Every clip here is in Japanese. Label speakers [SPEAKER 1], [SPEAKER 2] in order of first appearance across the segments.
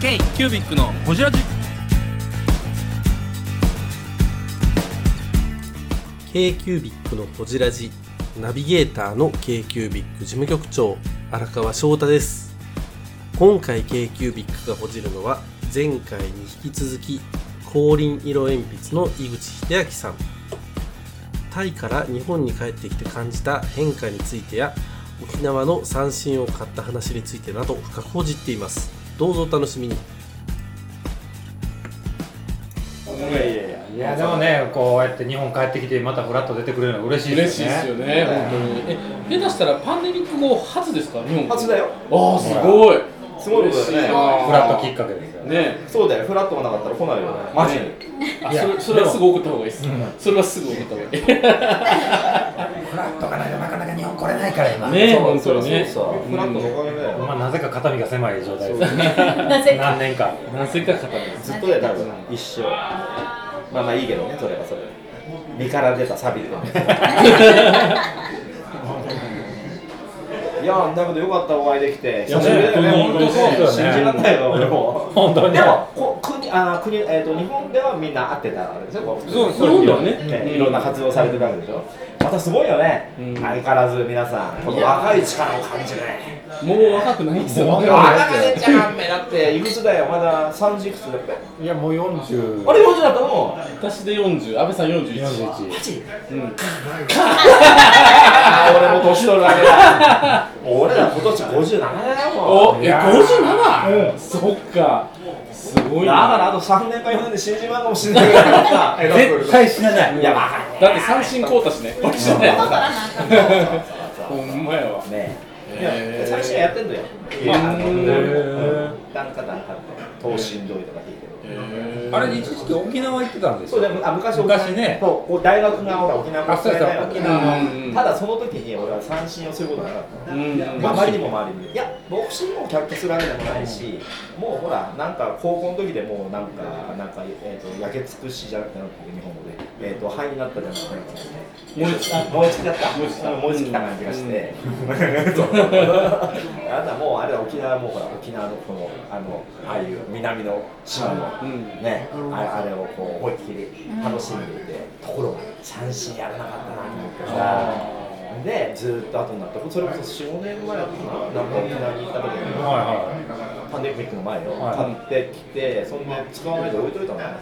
[SPEAKER 1] K キュービックのホジラジ
[SPEAKER 2] k q b i c のほじラジナビゲーターの k q b i c 事務局長荒川翔太です今回 k q b i c がほじるのは前回に引き続き光輪色鉛筆の井口秀明さんタイから日本に帰ってきて感じた変化についてや沖縄の三振を買った話についてなど深くほじっていますどうぞお楽しみに
[SPEAKER 3] いやいやいやいやでもねこうやって日本帰ってきてまたフラッと出てくれるの嬉しいで
[SPEAKER 4] 嬉しい
[SPEAKER 3] すよね
[SPEAKER 4] ですよね、本当に。え、下手したらパンデミック後初ですか、日本。
[SPEAKER 5] 初だよ
[SPEAKER 4] ああ、すごい。
[SPEAKER 5] すごいことだよね
[SPEAKER 3] フラットきっかけですよね
[SPEAKER 4] ね
[SPEAKER 5] そうだよフラットがなかったら来ないよねマジに
[SPEAKER 4] あ
[SPEAKER 3] いや
[SPEAKER 4] それそれはすぐ送った方がいいです。それはすぐ送った方がいい。
[SPEAKER 6] フラットがなかなか日本来れないから今
[SPEAKER 4] ね
[SPEAKER 5] そう
[SPEAKER 4] 本当にね。
[SPEAKER 5] そうそうフラットのおかげだよ
[SPEAKER 3] まあなぜか肩身が狭い状態ですね
[SPEAKER 7] なぜか
[SPEAKER 3] 何年か
[SPEAKER 4] なぜか語る。
[SPEAKER 5] ずっとだよ多分一生まあまあいいけどねそれはそれ身から出たサビでいやあんなことよかったお会いできて
[SPEAKER 4] いや
[SPEAKER 5] 久しぶりだよね
[SPEAKER 4] 本当に
[SPEAKER 5] 本当に
[SPEAKER 3] 嬉し
[SPEAKER 5] 信
[SPEAKER 3] い
[SPEAKER 5] じられないわ俺も
[SPEAKER 3] 本当に
[SPEAKER 5] でもこ国あー国、えー、と日本ではみんな会ってたわけでしょこう
[SPEAKER 4] そう
[SPEAKER 5] 普
[SPEAKER 4] そう
[SPEAKER 5] 通に
[SPEAKER 4] 日本ではね
[SPEAKER 5] いろんな活動されてたわけでしょまたすごいよね、
[SPEAKER 4] うん
[SPEAKER 5] 相変わらず皆さんこの若い力を感じるね
[SPEAKER 4] もう若くないですよ。
[SPEAKER 5] あらかねちゃんめだっていくつだよまだ30いくつだって
[SPEAKER 3] いやもう40
[SPEAKER 5] あれ40だったの
[SPEAKER 4] 私で40、安倍さん41。うん。
[SPEAKER 5] あー俺も年取るだけだ俺ら今年57だよもう
[SPEAKER 4] お、え、57? そっか。すごい
[SPEAKER 5] だか
[SPEAKER 4] な。
[SPEAKER 5] らあと3年か4年で新人版かもしれないからさ
[SPEAKER 6] 絶対死なない
[SPEAKER 5] いやわかん
[SPEAKER 4] だって三振こうたしね。こっちじゃない
[SPEAKER 7] 取らなあかんの
[SPEAKER 4] ほんまやわ。
[SPEAKER 5] ないねえい
[SPEAKER 4] へ
[SPEAKER 5] や
[SPEAKER 4] ー
[SPEAKER 5] 最新やってんだよ
[SPEAKER 4] まあ
[SPEAKER 5] なんかなんかって東進どいとか聞いてる
[SPEAKER 4] へー
[SPEAKER 6] あれ一時期沖縄行ってたんです
[SPEAKER 5] そう
[SPEAKER 6] よ
[SPEAKER 5] でもあ昔
[SPEAKER 6] 昔ね
[SPEAKER 5] そうこう大学がほら沖縄
[SPEAKER 6] あそうそう
[SPEAKER 5] 大学
[SPEAKER 6] 沖
[SPEAKER 4] 縄
[SPEAKER 5] ただその時に俺は三振をすることなかったの
[SPEAKER 4] うん
[SPEAKER 5] まああまりにも周りにいやボクシングをキャッチするわけでもないし、もうほらなんか高校の時でもうなんかなんかえっ、と焼け尽くしじゃなくてなんていうの日本語でえっ、と灰になったじゃなくてなんていうの
[SPEAKER 4] もう一
[SPEAKER 5] 燃え尽きだった
[SPEAKER 4] 燃え尽きた
[SPEAKER 5] 燃え尽きた感じがして、そう あなたもうあれだ沖縄もうほら沖縄のこのあのああいう南の島の、
[SPEAKER 4] うん
[SPEAKER 5] ね、あれあれをこう思いっきり楽しんでいて、ところが三振やらなかったなと思ってさでずーっと後になってそれこそ45年前かななんか沖縄に行った時に、パンデミックの前を買ってきて、そんで使わないで置いといたの、や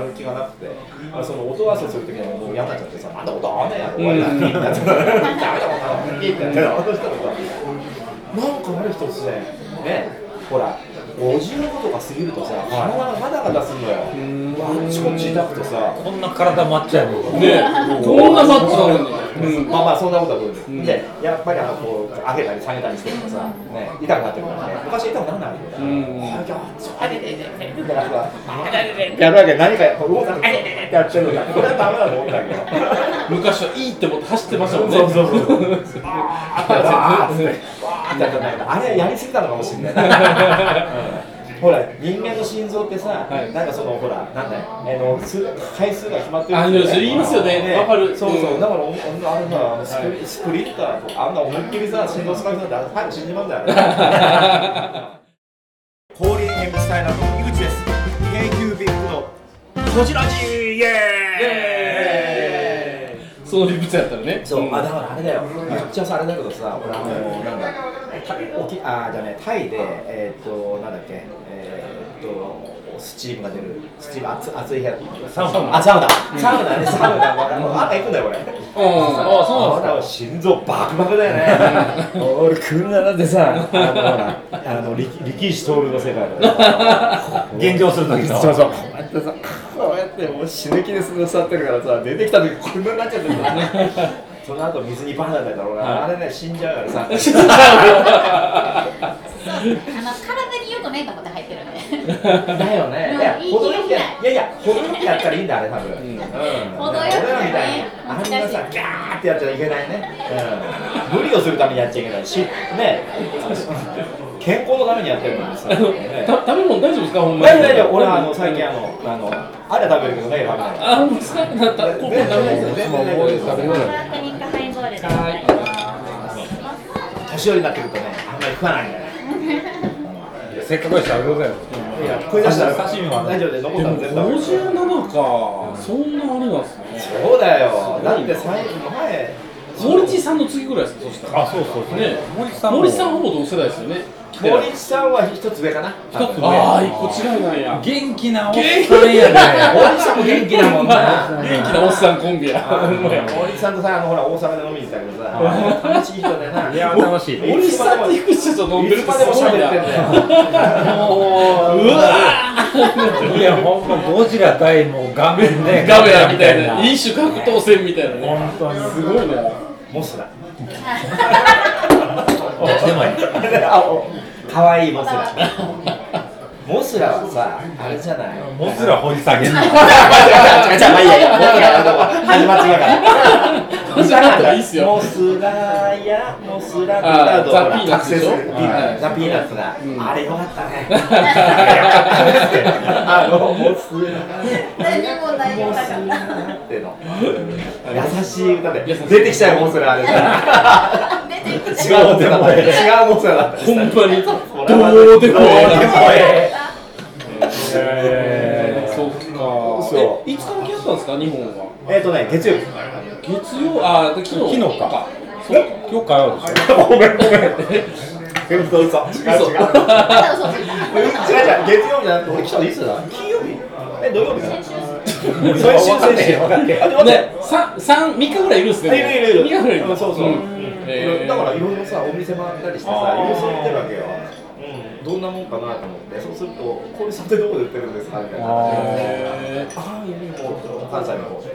[SPEAKER 5] る気がなくて、あその音合わせする時にはもう嫌になっちゃってさ、あんなことあんねやろ、終わりだ、ピーって なっちゃって、ダメだもんな、ピーってなっちゃって、そしたらさなんかある一つね、ね、ほら、55とか過ぎるとさ、体がガタガタするのよ、あっちこっち痛くてさ。
[SPEAKER 3] こんな体マッチやもん
[SPEAKER 4] ねこんなマッチなのに。うん。
[SPEAKER 5] まあまあそんなことはどうでもいい、でやっぱりあのこう上げたり下げたりしてるとさ、ね、痛くなってくるからね昔は痛くならないけど、
[SPEAKER 4] ん
[SPEAKER 5] あじゃあそうあれでででだからさあれでででやるわけで何かやっぱ動かなくてあれでででってやっちゃうからこれはダメだと思うんだけど
[SPEAKER 4] 昔はいいって思って走ってましたもんね。。
[SPEAKER 5] そうそうそうそうあーってやったんだけどあれやりすぎたのかもしれない、うんほら人間の心臓ってさ、
[SPEAKER 4] はい
[SPEAKER 5] なんかそのほらなんだよあの数回数が決まってる
[SPEAKER 4] あでもそれ言いますよねわかる
[SPEAKER 5] そうそう、
[SPEAKER 4] うん
[SPEAKER 5] だからおあのあれさあのスプリ、スプリンターとかあんな思いっきりさ振動使う人だって早く死んじまうんだよあれ氷に鉛筆隊の井口です KQBIC のこじらじイエーイ
[SPEAKER 4] その理屈やったらね。
[SPEAKER 5] そう、
[SPEAKER 4] ん
[SPEAKER 5] あだからあれだよ、めっちゃさあれだけどさ、俺あのなんだ、タ沖あじゃねタイでえーっとなんだっけえーっとスチームが出るスチーム熱熱い部屋
[SPEAKER 3] サウナ
[SPEAKER 5] あサウナサウナねサウナあのあんた行くんだよ俺。
[SPEAKER 4] うん。あ、そうなんで
[SPEAKER 5] は心臓バクバクだよね。俺来るなだってさ、あのほらあの力力士徹の世界だ よ。
[SPEAKER 3] 現状する時の
[SPEAKER 5] そうそう。こうやってさ、こうやってもう死ぬ気で座ってるからさ、出てきた時こんなになっちゃってるから。 その後水にバーナーだから俺、あれね死んじゃうからさ。死んじゃう
[SPEAKER 7] そうあの体に良くないとこで入ってるんで
[SPEAKER 5] だよね。いや程よくやいやいや程よくやったらいいんだあれ多分。うん。
[SPEAKER 7] 程よくね
[SPEAKER 5] 俺らみたいにあんなさギャーってやっちゃいけないね。うん。無理をするためにやっちゃいけないし、ね。健康のためにやってるのにさ。ね
[SPEAKER 4] すか。た食べ物大丈夫ですか、ほんま
[SPEAKER 5] 大
[SPEAKER 4] に。
[SPEAKER 5] 丈夫大丈夫俺はあの最近あのあのあれは食べるけどね食べない。
[SPEAKER 4] あ、もう少なくなった。ここ食べないですよ。
[SPEAKER 5] 全然大丈夫
[SPEAKER 7] プラトニックハイボールでございます
[SPEAKER 5] 年寄りになってくるとねあんまり食わないんだよね。
[SPEAKER 3] せっかくやし食べようぜ
[SPEAKER 5] いいや、声出したら
[SPEAKER 3] 刺身は
[SPEAKER 5] 大丈夫で残ったの
[SPEAKER 4] で
[SPEAKER 5] 全部
[SPEAKER 4] も57か、そんなあれなんですね。
[SPEAKER 5] そうだよだって最後前
[SPEAKER 4] 森地さんの次ぐらいですね、そしたら。
[SPEAKER 3] あ、そうそうそう。
[SPEAKER 4] ね
[SPEAKER 3] 森さんも
[SPEAKER 4] 森地さんほぼ同世代ですよね。来て
[SPEAKER 5] 森さんは一つ上かな
[SPEAKER 3] 一つ上
[SPEAKER 4] ああ、一個違いなんや。元
[SPEAKER 3] 元気なおっさんやね。
[SPEAKER 5] 森さんも元気だもんな
[SPEAKER 4] 気なおっさんコンビや。ほんまや
[SPEAKER 5] 森さんとさあのほら大阪で飲みに行ったけどさ楽しい人でない
[SPEAKER 3] や、楽しい。
[SPEAKER 4] 森さんって行く人と飲んでる
[SPEAKER 5] い
[SPEAKER 4] っ
[SPEAKER 5] つ
[SPEAKER 4] て
[SPEAKER 5] まですも
[SPEAKER 4] ごい
[SPEAKER 5] 喋ってん
[SPEAKER 4] な。
[SPEAKER 5] だよ
[SPEAKER 4] うわ
[SPEAKER 3] いや、ほんまゴジラ対もう画面ね
[SPEAKER 4] ー、ガメラみたいな。飲酒格闘戦みたいなね。
[SPEAKER 3] 本当に。
[SPEAKER 4] すごいな。
[SPEAKER 5] モスだ
[SPEAKER 3] おでもいい。
[SPEAKER 5] あお可愛いモスラモスラはさあれじゃない
[SPEAKER 3] モスラ掘り下げんの。
[SPEAKER 5] ガチャまあいいやモスラは始まっちまうから
[SPEAKER 4] 始まったらいいっすよ
[SPEAKER 5] モスラやモスラ
[SPEAKER 4] あー
[SPEAKER 5] ビラード
[SPEAKER 4] ザピーナッツでしょ
[SPEAKER 5] アクセスピーナ
[SPEAKER 4] はい
[SPEAKER 5] ッツザピーナッツだ
[SPEAKER 4] うん
[SPEAKER 5] あれよかったね
[SPEAKER 4] あ
[SPEAKER 5] あのモスラ
[SPEAKER 7] 何も何もなかった
[SPEAKER 5] モスラっての優しい歌で
[SPEAKER 4] 優しい
[SPEAKER 5] 出てきちゃうモスラあれさ
[SPEAKER 7] 出てきた
[SPEAKER 5] 違うモスラだ違うモスラだった
[SPEAKER 4] ほんまに。
[SPEAKER 5] ど
[SPEAKER 4] うでもええな
[SPEAKER 3] え
[SPEAKER 4] そっか。
[SPEAKER 5] そう
[SPEAKER 4] え、いつ関係あったんですか、日本は。
[SPEAKER 5] えっとね月曜日
[SPEAKER 4] 月曜、あ、昨日。
[SPEAKER 3] 昨日か。ー、今日火曜でしょ。
[SPEAKER 5] ごめんごめん。嘘嘘。違う違う。違う違う。月
[SPEAKER 7] ま
[SPEAKER 5] 曜日じゃ
[SPEAKER 7] だ嘘ついた
[SPEAKER 5] なくて、俺来たのいつだ金曜日え、土曜日
[SPEAKER 7] 先週す
[SPEAKER 5] 先週先週。あ、でも待っ
[SPEAKER 4] ね、三、三、三日ぐらいいるんです
[SPEAKER 5] て。
[SPEAKER 4] ね。
[SPEAKER 5] いる
[SPEAKER 4] 三
[SPEAKER 5] いるいる。
[SPEAKER 4] 日ぐらいいる。
[SPEAKER 5] そうそう。うん
[SPEAKER 4] えー
[SPEAKER 5] だからいろいろさ、お店回ったりしてさ、いろいろそう見てるわけよ。うんどんなもんかなと思って、そうすると、これさてどこで売ってるんですかみたいな。あ
[SPEAKER 4] え
[SPEAKER 5] あ、いやいやもう関西の方。
[SPEAKER 4] ー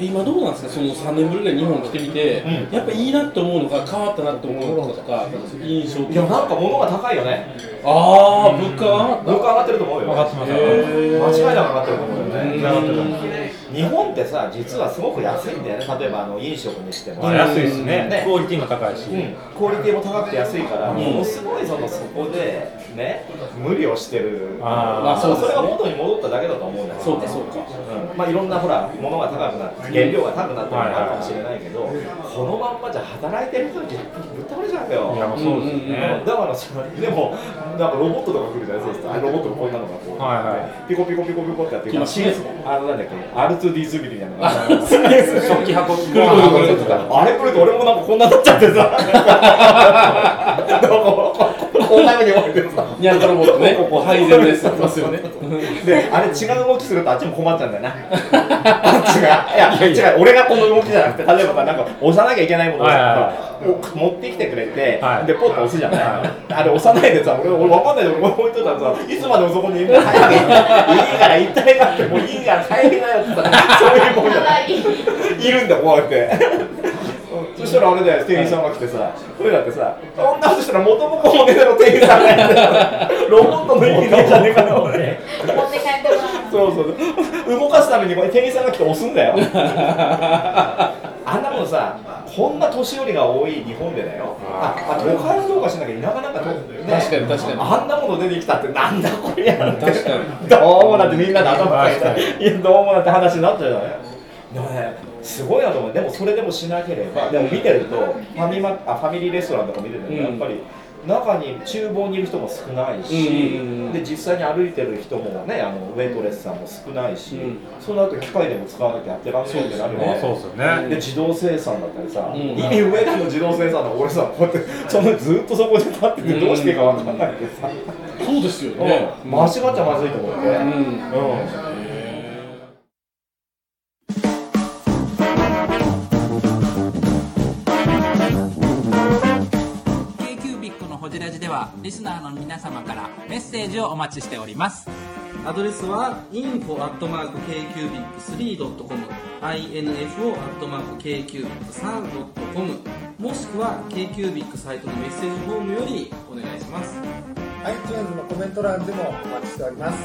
[SPEAKER 4] 今どうなんですか、その三年ぶりぐらい日本来てみて、
[SPEAKER 5] う
[SPEAKER 4] やっぱいいなと思うのか、変わったなと思うのかとか、印象
[SPEAKER 5] い
[SPEAKER 4] 的
[SPEAKER 5] や、
[SPEAKER 4] な。
[SPEAKER 5] なんか物が高いよね。
[SPEAKER 4] ああ、物価が上がっ
[SPEAKER 5] 物価上がってると思うよ。
[SPEAKER 3] 分かってます。
[SPEAKER 4] へ
[SPEAKER 5] 間違いなく上がってると思うよね。
[SPEAKER 4] た。うん
[SPEAKER 5] 日本ってさ実はすごく安いんだよね例えばあの飲食にしても、
[SPEAKER 3] 安いですね
[SPEAKER 5] ね。
[SPEAKER 3] クオリティも高いし。
[SPEAKER 5] うん、クオリティも高くて安いから、
[SPEAKER 4] ん
[SPEAKER 5] ものすごいそのそこでね無理をしてる
[SPEAKER 3] あー
[SPEAKER 5] まあ、そう
[SPEAKER 4] そうですね
[SPEAKER 5] それが元に戻っただけだと思うんだよね
[SPEAKER 4] そうか、そうか。
[SPEAKER 5] うんまあ、いろんなほら物が高くなって原料が高くなってるのもあるかもしれないけど、このまんまじゃ働いてる人にぶったまれちゃうんだよ
[SPEAKER 3] いや、もうそうですね。
[SPEAKER 5] だからさでもなんかロボットとか来るじゃないですかあロボットのこんなのがこう、
[SPEAKER 3] はいは
[SPEAKER 5] ピコピコピコピコってやって
[SPEAKER 4] 来ますね
[SPEAKER 5] あのなんだっけ R2D2 みたいなのが
[SPEAKER 3] 食器運ぶ。
[SPEAKER 5] あれ来ると俺もなんかこんなになっちゃってさなんかこんな目に置いてさ
[SPEAKER 4] ニャンコロボットね、ここ配膳です。います よね。
[SPEAKER 5] であれ違う動きするとあっちも困っちゃうんだよなあっちがいや違う俺がこの動きじゃなくて例えばさなんか押さなきゃいけないものをさ
[SPEAKER 3] はいはい
[SPEAKER 5] お持ってきてくれて、
[SPEAKER 3] はい
[SPEAKER 5] でポッと押すじゃない、あれ押さないでさ俺俺分かんないで俺置いといたらさいつまでもそこにいる早くいいから一体なってもういいから帰りなよってさそういうもんじゃないいるんだこうやってそしたらあれだよ店員さんが来てさ俺だってさそんなことしたら元も子もねえだろ店員さんがやってさロボットの意味ねえじゃねえかな俺
[SPEAKER 7] 持って帰ってもらう
[SPEAKER 5] そうそうそう動かすためにこれ店員さんが来て押すんだよあんなもんさこんな年寄りが多い日本でだよああ都会のどうかしなきゃ田舎なんかと、ね、
[SPEAKER 4] 確かに確かに
[SPEAKER 5] あんなもの出てきたってなんだこりゃって
[SPEAKER 4] 確か
[SPEAKER 5] どうもだってみんなで頭抱え
[SPEAKER 3] 確
[SPEAKER 5] ていやどうもだって話になっちゃうよねでもねすごいなと思うでもそれでもしなければでも見てるとファミマあファミリーレストランとか見てると、
[SPEAKER 4] うん
[SPEAKER 5] やっぱり中に厨房にいる人も少ないし、
[SPEAKER 4] うんうんうん
[SPEAKER 5] で実際に歩いてる人もねあのウェイトレスさんも少ないし、
[SPEAKER 4] うん
[SPEAKER 5] その後機械でも使わなきゃやってらんないってなるよ
[SPEAKER 3] まあ
[SPEAKER 5] ね
[SPEAKER 3] そうですよね。
[SPEAKER 5] で自動生産だったりさ、
[SPEAKER 4] うん
[SPEAKER 5] 意味上での自動生産の俺さこうやってそのずっとそこで立っててどうしていいか分かんなくてさ、
[SPEAKER 4] そうですよ
[SPEAKER 5] うん
[SPEAKER 4] ね。
[SPEAKER 5] 間違っちゃまずいと思って、
[SPEAKER 4] う
[SPEAKER 5] うん
[SPEAKER 4] ん。
[SPEAKER 1] k q b i c のホジラジではリスナーの皆様からメッセージをお待ちしております
[SPEAKER 8] アドレスは info.kcubic3.com info.kcubic3.com もしくは KQBIC サイトのメッセージフォームよりお願いします
[SPEAKER 6] iTunes のコメント欄でもお待ちしております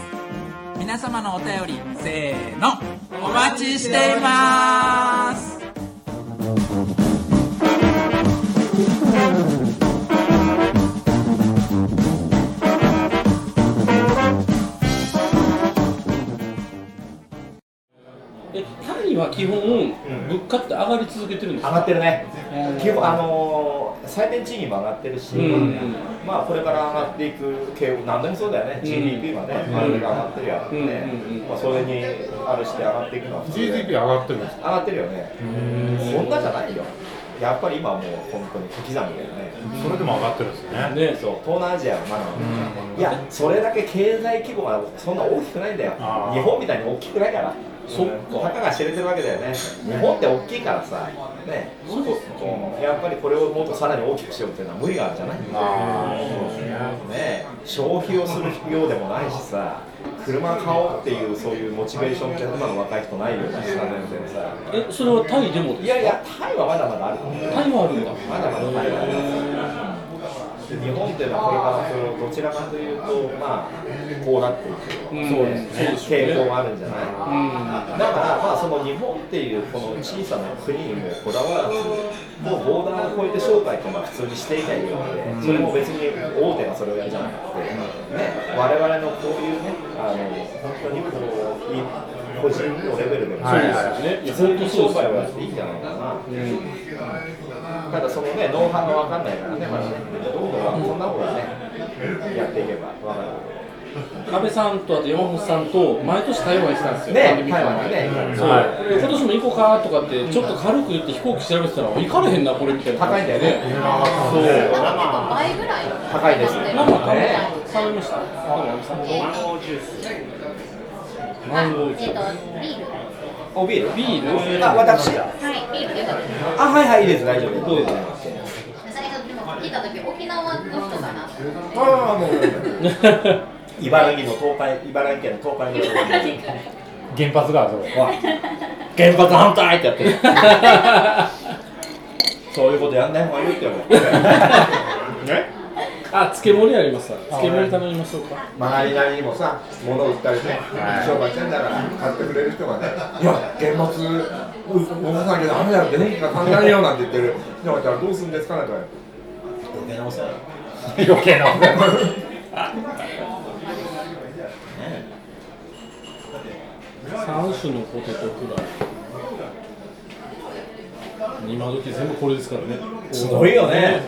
[SPEAKER 1] 皆様のお便りせーのお待ちしています
[SPEAKER 4] え、タイは基本、物価って上がり続けてるんです
[SPEAKER 5] 上
[SPEAKER 4] か
[SPEAKER 5] がってるね、基本あのー最低賃金も上がってるし、
[SPEAKER 4] うん
[SPEAKER 5] まあこれから上がっていく傾向、何でもそうだよね、GDP はね、まあ、上がってるやん、ねまあ、それにあれして上がっていくのは普通だよ
[SPEAKER 3] GDP 上がってるんです
[SPEAKER 5] 上がってるよね、そんなじゃないよ、やっぱり今はもう本当に小刻みだよね。
[SPEAKER 3] それでも上がってるんです
[SPEAKER 4] ね
[SPEAKER 3] ね
[SPEAKER 5] そう東南アジアはまだ、いやそれだけ経済規模がそんな大きくないんだよ
[SPEAKER 3] あー
[SPEAKER 5] 日本みたいに大きくないから
[SPEAKER 4] そっ
[SPEAKER 5] た
[SPEAKER 4] か
[SPEAKER 5] かが知れてるわけだよね日本って大きいからさねこうやっぱりこれをもっとさらに大きくしようっていうのは無理があるじゃないね消費をするようでもないしさ車買おうっていうそういうモチベーションって今の若い人ないようだしさ全然さ
[SPEAKER 4] えそれはタイでも
[SPEAKER 5] い
[SPEAKER 4] です
[SPEAKER 5] やいやタイはまだまだあると思う
[SPEAKER 4] タイもあるんだ
[SPEAKER 5] まだまだタイはありますで日本っていうのはこれからそのどちらかというとまあこうなっていく、
[SPEAKER 4] うん
[SPEAKER 5] そうですね傾向があるんじゃない、
[SPEAKER 4] うん
[SPEAKER 5] だから、まあ、その日本っていうこの小さな国にもこだわらず、もうボーダーを越えて商売とまあ普通にしていたいようで、それも別に大手がそれをやるじゃなくて、ね、我々のこういうね、あの本当にこうい個人のレベルでも、
[SPEAKER 4] そうですよねいや
[SPEAKER 5] 普通に商売をやっていいんじゃないかな。ただそのね、ノウハウが分かんないからね、まだね、どんどんこんなことはね、やっていけば分かる。
[SPEAKER 4] 安倍さんとあと山本さんと毎年台湾行ってたんですよ
[SPEAKER 5] ね、台湾でね、
[SPEAKER 4] そう、で今年も行こうかとかってちょっと軽く言って飛行機調べてたら行かれへんなこれみたいな
[SPEAKER 5] 高いんだよね。そう
[SPEAKER 7] 倍ぐらい
[SPEAKER 5] 高いですね
[SPEAKER 7] ね
[SPEAKER 4] なんか食べ
[SPEAKER 5] ね
[SPEAKER 4] 食べました
[SPEAKER 7] マンゴージュースあえっとビール
[SPEAKER 5] おビール
[SPEAKER 4] ビール
[SPEAKER 5] あ、私
[SPEAKER 7] はいビールよかったです
[SPEAKER 5] あ、はいはい、いいです、大丈夫。どうぞ。
[SPEAKER 7] 最初でも聞いた時沖縄の人かなって
[SPEAKER 5] ああ、もう。 茨城の東海、茨城県の東海の人
[SPEAKER 7] 茨 城から
[SPEAKER 3] 原発がある
[SPEAKER 5] わ原発反対ってやってる。そういうことやんない方がいいってよ。 ね。
[SPEAKER 4] あ漬物ありますわ漬物頼みましょうか
[SPEAKER 5] 周りなりにもさ、物売ったりね、商売してんだから、買ってくれる人がね、いや、原発、う動かさなきゃダメだよって、電気が足んないよなんて言ってる。じゃあ、じゃあどうするんですかね、とか。余計なお世話だよ
[SPEAKER 3] 余計な
[SPEAKER 4] 三種のポテトフライ今時全部これですからね
[SPEAKER 5] すごいよね、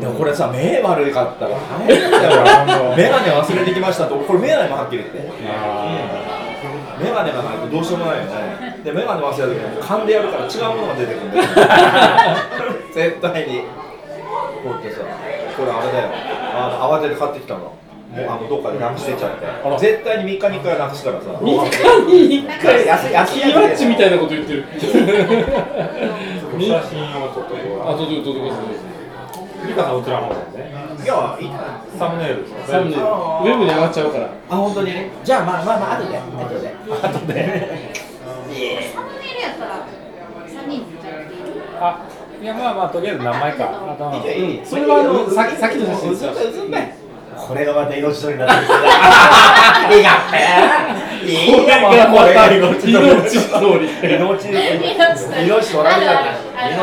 [SPEAKER 5] でもこれさ目悪かっ たら大変だよ俺眼鏡忘れてきましたとこれ眼鏡もはっきり言って眼鏡がないとどうしようもないよねで眼鏡忘れた時に噛んでやるから違うものが出てくるんだ よ絶対にこうってさこれあれだよあの慌てて買ってきたのもうあのどっかでなくしてちゃって絶対に3日に1回なくすからさ
[SPEAKER 4] 三日に一
[SPEAKER 5] これ
[SPEAKER 4] 回
[SPEAKER 5] 安い安い
[SPEAKER 4] キ
[SPEAKER 5] やつ
[SPEAKER 4] ーワッチみたいなこと言ってる
[SPEAKER 3] 写真をちょっとこ
[SPEAKER 4] あとでとでこ
[SPEAKER 3] うリカさんウルトラマンなんでね
[SPEAKER 5] いやいいな
[SPEAKER 3] サムネイルです
[SPEAKER 4] サムネウェブに上がっちゃうから
[SPEAKER 5] あ本当にねじゃあまあまあまあ後で後で後で
[SPEAKER 7] サムネイルやったら三人じゃなくていい
[SPEAKER 3] あいやまあまあとりあえず何枚か頭の
[SPEAKER 5] うん
[SPEAKER 4] それはあのささっきの写真ですよ
[SPEAKER 5] これがまた命取りになってるいいかいいよこれが命取り
[SPEAKER 4] 命通り
[SPEAKER 5] 命取り命取られちゃうんだよ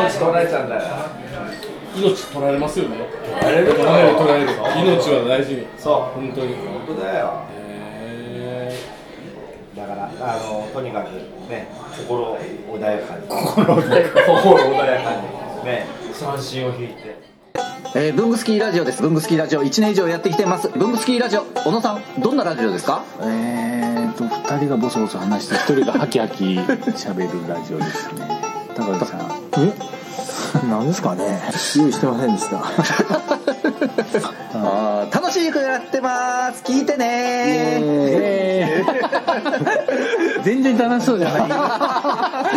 [SPEAKER 5] 命取られちゃうんだよ
[SPEAKER 4] 命取られますよね
[SPEAKER 5] 取られる
[SPEAKER 4] 取られる取られる命は大事に
[SPEAKER 5] そう
[SPEAKER 4] 本当に
[SPEAKER 5] 本当だよ
[SPEAKER 4] へ
[SPEAKER 5] だからあのとにかくね心穏やかに心穏やかに心穏やかにね三振を引いて
[SPEAKER 9] えー、ブングスキーラジオです。ブングスキーラジオ1年以上やってきてます。ブングスキーラジオ、小野さん、どんなラジオですかえーと、2人がボソボソ話して、1人がハキハキ喋るラジオですね。高橋さん。えなんですかね用意してませんで した。あー楽しくやってます聞いてね全然楽しそうじゃ な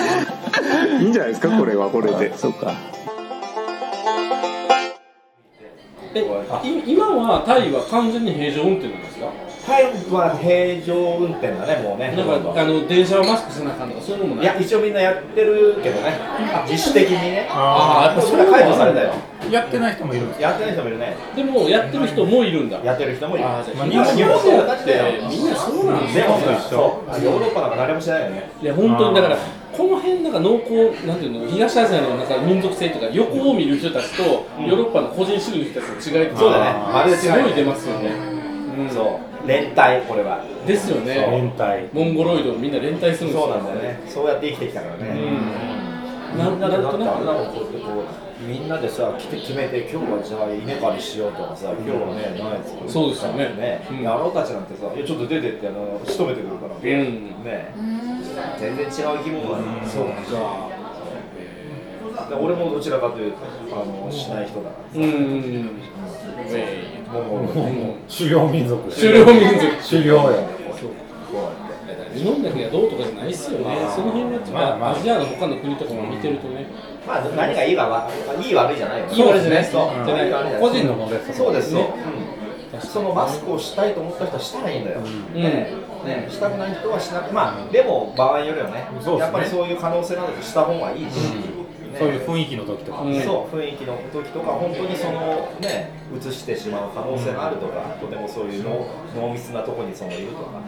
[SPEAKER 9] い。いいんじゃないですかこれはこれで。そうか。
[SPEAKER 4] えい今はタイは完全に平常運転なんですか
[SPEAKER 5] タイは平常運転だねもうね
[SPEAKER 4] なんかあの電車をマスクせなあかんとかそういうのもない
[SPEAKER 5] いや、一応みんなやってるけどね、自主的にね、
[SPEAKER 4] あーやっぱ
[SPEAKER 5] それは解除されたよ、
[SPEAKER 3] やってない人もいるんです
[SPEAKER 5] やってない人もいるね、
[SPEAKER 4] でもやってる人もいるんだ
[SPEAKER 5] やってる人もいる、
[SPEAKER 4] あーじゃあ
[SPEAKER 5] まあ日本もそうだっ
[SPEAKER 4] み
[SPEAKER 5] て、
[SPEAKER 4] んなそうなんです
[SPEAKER 5] 全
[SPEAKER 4] よ
[SPEAKER 5] 本と一緒、あヨーロッパなんか誰もしないよね、
[SPEAKER 4] いや本当にだからこの辺なんか濃厚なんていうの東アジアのなんか民族性とか横を見る人たちとヨーロッパの個人主義の人たちの違いって
[SPEAKER 5] そうだねまるで違う
[SPEAKER 4] すごい出ますよねうん
[SPEAKER 5] そう、連帯、これは、
[SPEAKER 4] ですよ
[SPEAKER 3] 連
[SPEAKER 4] ねモ
[SPEAKER 3] 帯
[SPEAKER 4] ンゴロイドをみんな連帯するんですよ
[SPEAKER 5] そうなんだよね、そうやって生きてきたからね、
[SPEAKER 4] うんな
[SPEAKER 5] みんなで
[SPEAKER 4] な
[SPEAKER 5] だ
[SPEAKER 4] ん
[SPEAKER 5] って
[SPEAKER 4] と
[SPEAKER 5] あんな
[SPEAKER 4] な
[SPEAKER 5] のこうやってこう、みんなでさ来て決めて今日はじゃあ稲刈りしようとかさ今日はね苗作る
[SPEAKER 4] そうですよね
[SPEAKER 5] ね、
[SPEAKER 4] うん
[SPEAKER 5] 野郎たちなんてさいやちょっと出てってあの仕留めてくるから
[SPEAKER 4] う
[SPEAKER 5] ね
[SPEAKER 4] ん
[SPEAKER 5] 全然違う生き物だね、そうかで俺もどちらかというとあのしない人だか
[SPEAKER 4] うんうん
[SPEAKER 5] らもう
[SPEAKER 4] うん
[SPEAKER 3] 狩猟民族
[SPEAKER 4] 狩猟民族
[SPEAKER 3] 狩猟よ
[SPEAKER 5] こうやって
[SPEAKER 4] 日本だけがどうとかじゃないっすよね、その辺はやっぱ、
[SPEAKER 3] まあまあ
[SPEAKER 4] アジアの他の国とかも見てるとね、
[SPEAKER 5] まあ何がいいかわいい悪いじゃないよ
[SPEAKER 4] いい悪いじゃない
[SPEAKER 5] そう
[SPEAKER 4] うん
[SPEAKER 5] じゃない悪いじゃない
[SPEAKER 3] 個人の問題
[SPEAKER 5] そうですそう、
[SPEAKER 4] ね
[SPEAKER 5] うんそのマスクをしたいと思った人はしたらいいんだよ、
[SPEAKER 4] うん
[SPEAKER 5] ねねしたくない人はしなくまあでも場合によるよね
[SPEAKER 3] そうですね
[SPEAKER 5] やっぱりそういう可能性などとした方がいいし、ね
[SPEAKER 3] そういう雰囲気の時とか、
[SPEAKER 4] うん
[SPEAKER 5] そう雰囲気の時とか本当にそのね移してしまう可能性があるとか、とてもそういうの濃密なとこにそのいるとか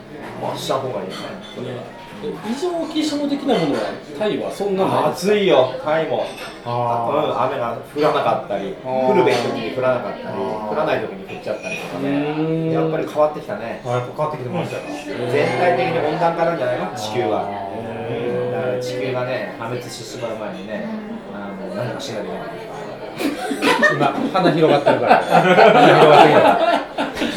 [SPEAKER 5] まあした方がいいよねそれは
[SPEAKER 4] 異常気象的なものは、タイはそんなのない
[SPEAKER 5] 暑いよタイも
[SPEAKER 3] あ
[SPEAKER 5] うん、雨が降らなかったり、降るべき時に降らなかったり、降らない時に降っちゃったりとか
[SPEAKER 4] うん
[SPEAKER 5] ね、やっぱり変わってきたね、
[SPEAKER 3] あやっぱ変わってきてましたか
[SPEAKER 5] 全体的に温暖化なんじゃないの、地球は。うんだから地球がね、破滅してしまう前にね、あの何かしなきゃいけない。
[SPEAKER 3] 今鼻広がってるから鼻広がってるから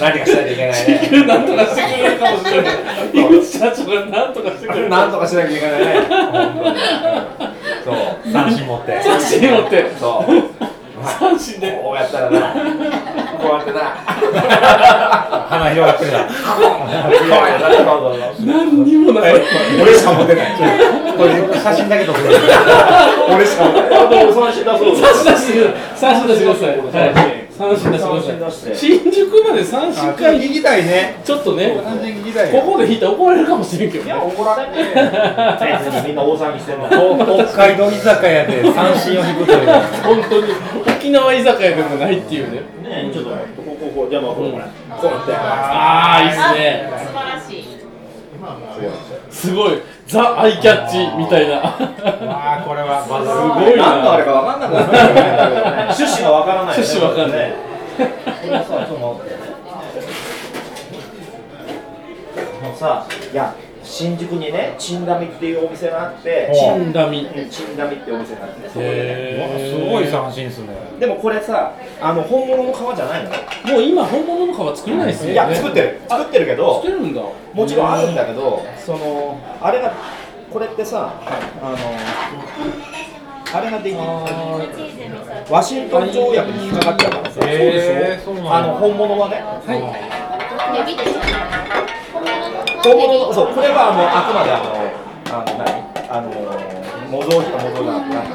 [SPEAKER 5] 何かしなきゃいけないね。
[SPEAKER 4] なんとかしてくれるかもしれない、井口社長がなんとかしてくれる、
[SPEAKER 5] なんとかしなきゃいけないね。本当にそう、
[SPEAKER 3] 三振持って
[SPEAKER 4] 三振持って、
[SPEAKER 5] そう。
[SPEAKER 4] 三振で、
[SPEAKER 5] こうやったらな、こうやってな、
[SPEAKER 3] 鼻広がってるな
[SPEAKER 5] こうやったらそうそうそう
[SPEAKER 4] 何にもない、
[SPEAKER 5] 俺しか持てない。
[SPEAKER 3] これ写真だけ撮ってる
[SPEAKER 5] 俺しか持てない。あと三振出そう
[SPEAKER 4] 三振出してください、三振出してください、はい、三振出してください、新宿まで三振かい、
[SPEAKER 3] 聞きたいね
[SPEAKER 4] ちょっとね、
[SPEAKER 3] 三振聞きたい
[SPEAKER 4] こ
[SPEAKER 3] よ
[SPEAKER 4] こで引いたら怒られるかもしれんけど
[SPEAKER 5] い
[SPEAKER 4] ね
[SPEAKER 5] や、。怒られねえよ。別にみんな大騒ぎしてんの。
[SPEAKER 3] 北海道居酒屋で三振を引 くという
[SPEAKER 4] 本当に沖縄居酒屋でもないっていうね。
[SPEAKER 5] ねえ、ちょっと、ここ、こう、じゃあ、まあ、これ、これ。こうやって。
[SPEAKER 4] ああいいっすね。
[SPEAKER 7] 素晴らしい。
[SPEAKER 4] すごいザアイキャッチみたいな。
[SPEAKER 3] わあこれはバズ
[SPEAKER 4] すごい
[SPEAKER 5] 何のあれ
[SPEAKER 4] な。
[SPEAKER 5] か分かんなくなるよね。趣旨が分からないよね。
[SPEAKER 4] 趣旨わかんない
[SPEAKER 5] これさ、ちょっと待って。あのさ、いや、新宿にね、チンダミっていうお店があって、
[SPEAKER 3] ほ
[SPEAKER 5] チ
[SPEAKER 3] う
[SPEAKER 4] チンダミ。
[SPEAKER 5] ンチンダミっていうお店があってね、そこでね。
[SPEAKER 3] す
[SPEAKER 4] へ
[SPEAKER 3] ごい三振っすね
[SPEAKER 5] でもこれさ、あの本物の革じゃないの
[SPEAKER 4] ー。もう今本物の皮作れないですよね。
[SPEAKER 5] いや、作ってる。作ってるけど、
[SPEAKER 4] 作れるんだ。
[SPEAKER 5] もちろんあるんだけど、そのあれがこれってさ、あのあれができワシントン条約に引っかかってたからさ、
[SPEAKER 3] へーそうなんだ
[SPEAKER 5] あの本物はね、
[SPEAKER 7] 指でしょ本物の
[SPEAKER 5] 本物のそうこれはあのあくまであのあの何あの模造品模造じゃなくてなんか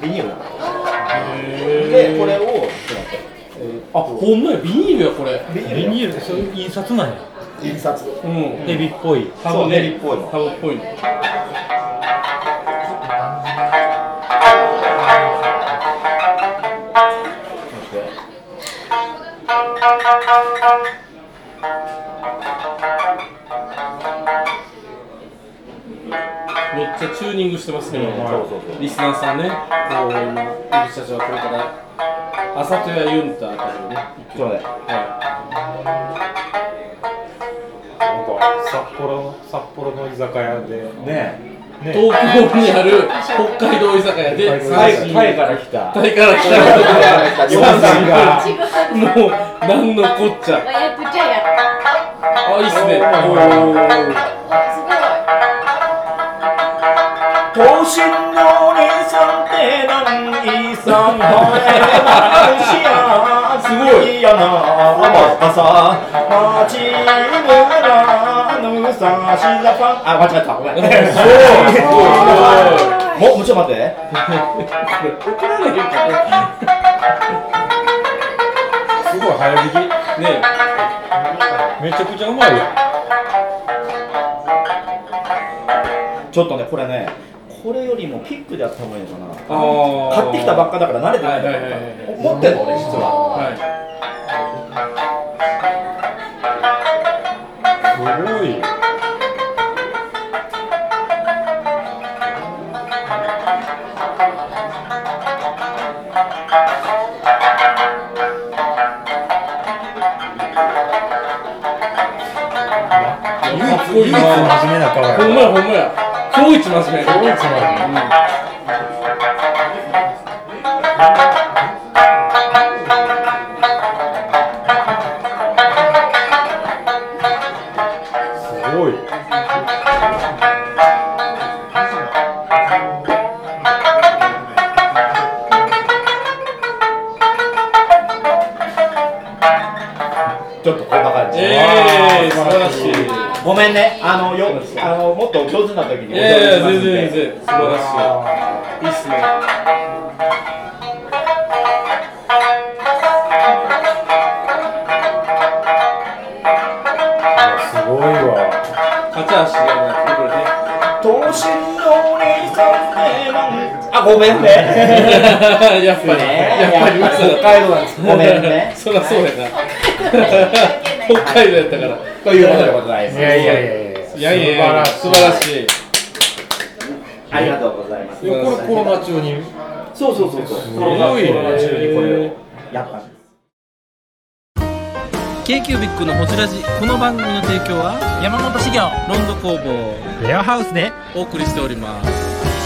[SPEAKER 5] ビニールだから。でこれをちょっと待って
[SPEAKER 4] あほんまやビニールやこれ。
[SPEAKER 5] ビニ
[SPEAKER 3] ビ
[SPEAKER 5] ール
[SPEAKER 3] ニールってそういう印刷なんや
[SPEAKER 5] 印刷
[SPEAKER 4] うん。
[SPEAKER 3] エビっぽい
[SPEAKER 4] タブね
[SPEAKER 5] そうネリっぽいの
[SPEAKER 4] タブっぽいの。めっちゃチューニングしてますね、
[SPEAKER 5] そうそうそう
[SPEAKER 4] リスナーさんね、こう今、井口社長はこれから、あさとやユンタあたりをね、
[SPEAKER 5] ちょっと待って
[SPEAKER 4] は
[SPEAKER 3] なんか札幌札幌の居酒屋で
[SPEAKER 5] ね
[SPEAKER 4] い、東京にある北海道居酒屋で
[SPEAKER 3] 北
[SPEAKER 5] タ
[SPEAKER 3] 海道
[SPEAKER 5] イ
[SPEAKER 3] 居酒
[SPEAKER 5] タイから来た
[SPEAKER 4] タイから来た
[SPEAKER 5] タイから来た
[SPEAKER 3] 四さんが
[SPEAKER 7] 違う。
[SPEAKER 4] もう、なんのこっちゃ。
[SPEAKER 7] やっちゃや。
[SPEAKER 4] あ、いいっすね。
[SPEAKER 7] すごい。
[SPEAKER 5] 等身の姉さんって何さんはえば幸せやな甘さ待ちむらぬさしざぱあ間違ったごめんそうももうちょっと待って
[SPEAKER 4] 怒られへんか
[SPEAKER 3] すごい早引き
[SPEAKER 4] ら。ね
[SPEAKER 3] めちゃくちゃうまいや
[SPEAKER 5] ちょっとねこれねこれよりもピックでやった方がいいのかな
[SPEAKER 4] あー
[SPEAKER 5] 買ってきたばっかだから慣れてないんだ
[SPEAKER 4] はいはいはい
[SPEAKER 5] よ持ってんの俺実は
[SPEAKER 4] は
[SPEAKER 3] すごい
[SPEAKER 4] い。
[SPEAKER 3] 唯一唯一真面目な顔や
[SPEAKER 4] ほんまや、ほんまや。今日一真面目。
[SPEAKER 3] 唯一真面目
[SPEAKER 4] うん
[SPEAKER 5] ちょっとこんな感じ。
[SPEAKER 4] えー、素晴らしい。
[SPEAKER 5] ごめんね、あの、よ、あの、もっと上手な時に。
[SPEAKER 4] ええ全然全然素晴らしい。いいっすね。
[SPEAKER 3] すごいわ。
[SPEAKER 4] 勝ち足がないこれね。
[SPEAKER 5] 等身のお姉さんねなんあ、ごめん ね。
[SPEAKER 4] やっぱり、やっぱり嘘だ
[SPEAKER 5] 北海道なんです。ごめんね。
[SPEAKER 4] そりゃそうやな。
[SPEAKER 7] 北
[SPEAKER 4] 北海道やったから。
[SPEAKER 5] ということでございま
[SPEAKER 3] い
[SPEAKER 5] す。
[SPEAKER 3] やいやいやいや。
[SPEAKER 4] いやいや、素晴らしい。
[SPEAKER 5] ありがとうございます。
[SPEAKER 3] いやこれコロナ中に
[SPEAKER 5] そうそうそうそう。コロナ
[SPEAKER 3] ごいね
[SPEAKER 5] コロナ中にこれをやった。
[SPEAKER 1] k q b i c のホジラジこの番組の提供は山本資源ロンド工房
[SPEAKER 3] レアハウスで
[SPEAKER 1] お送りしております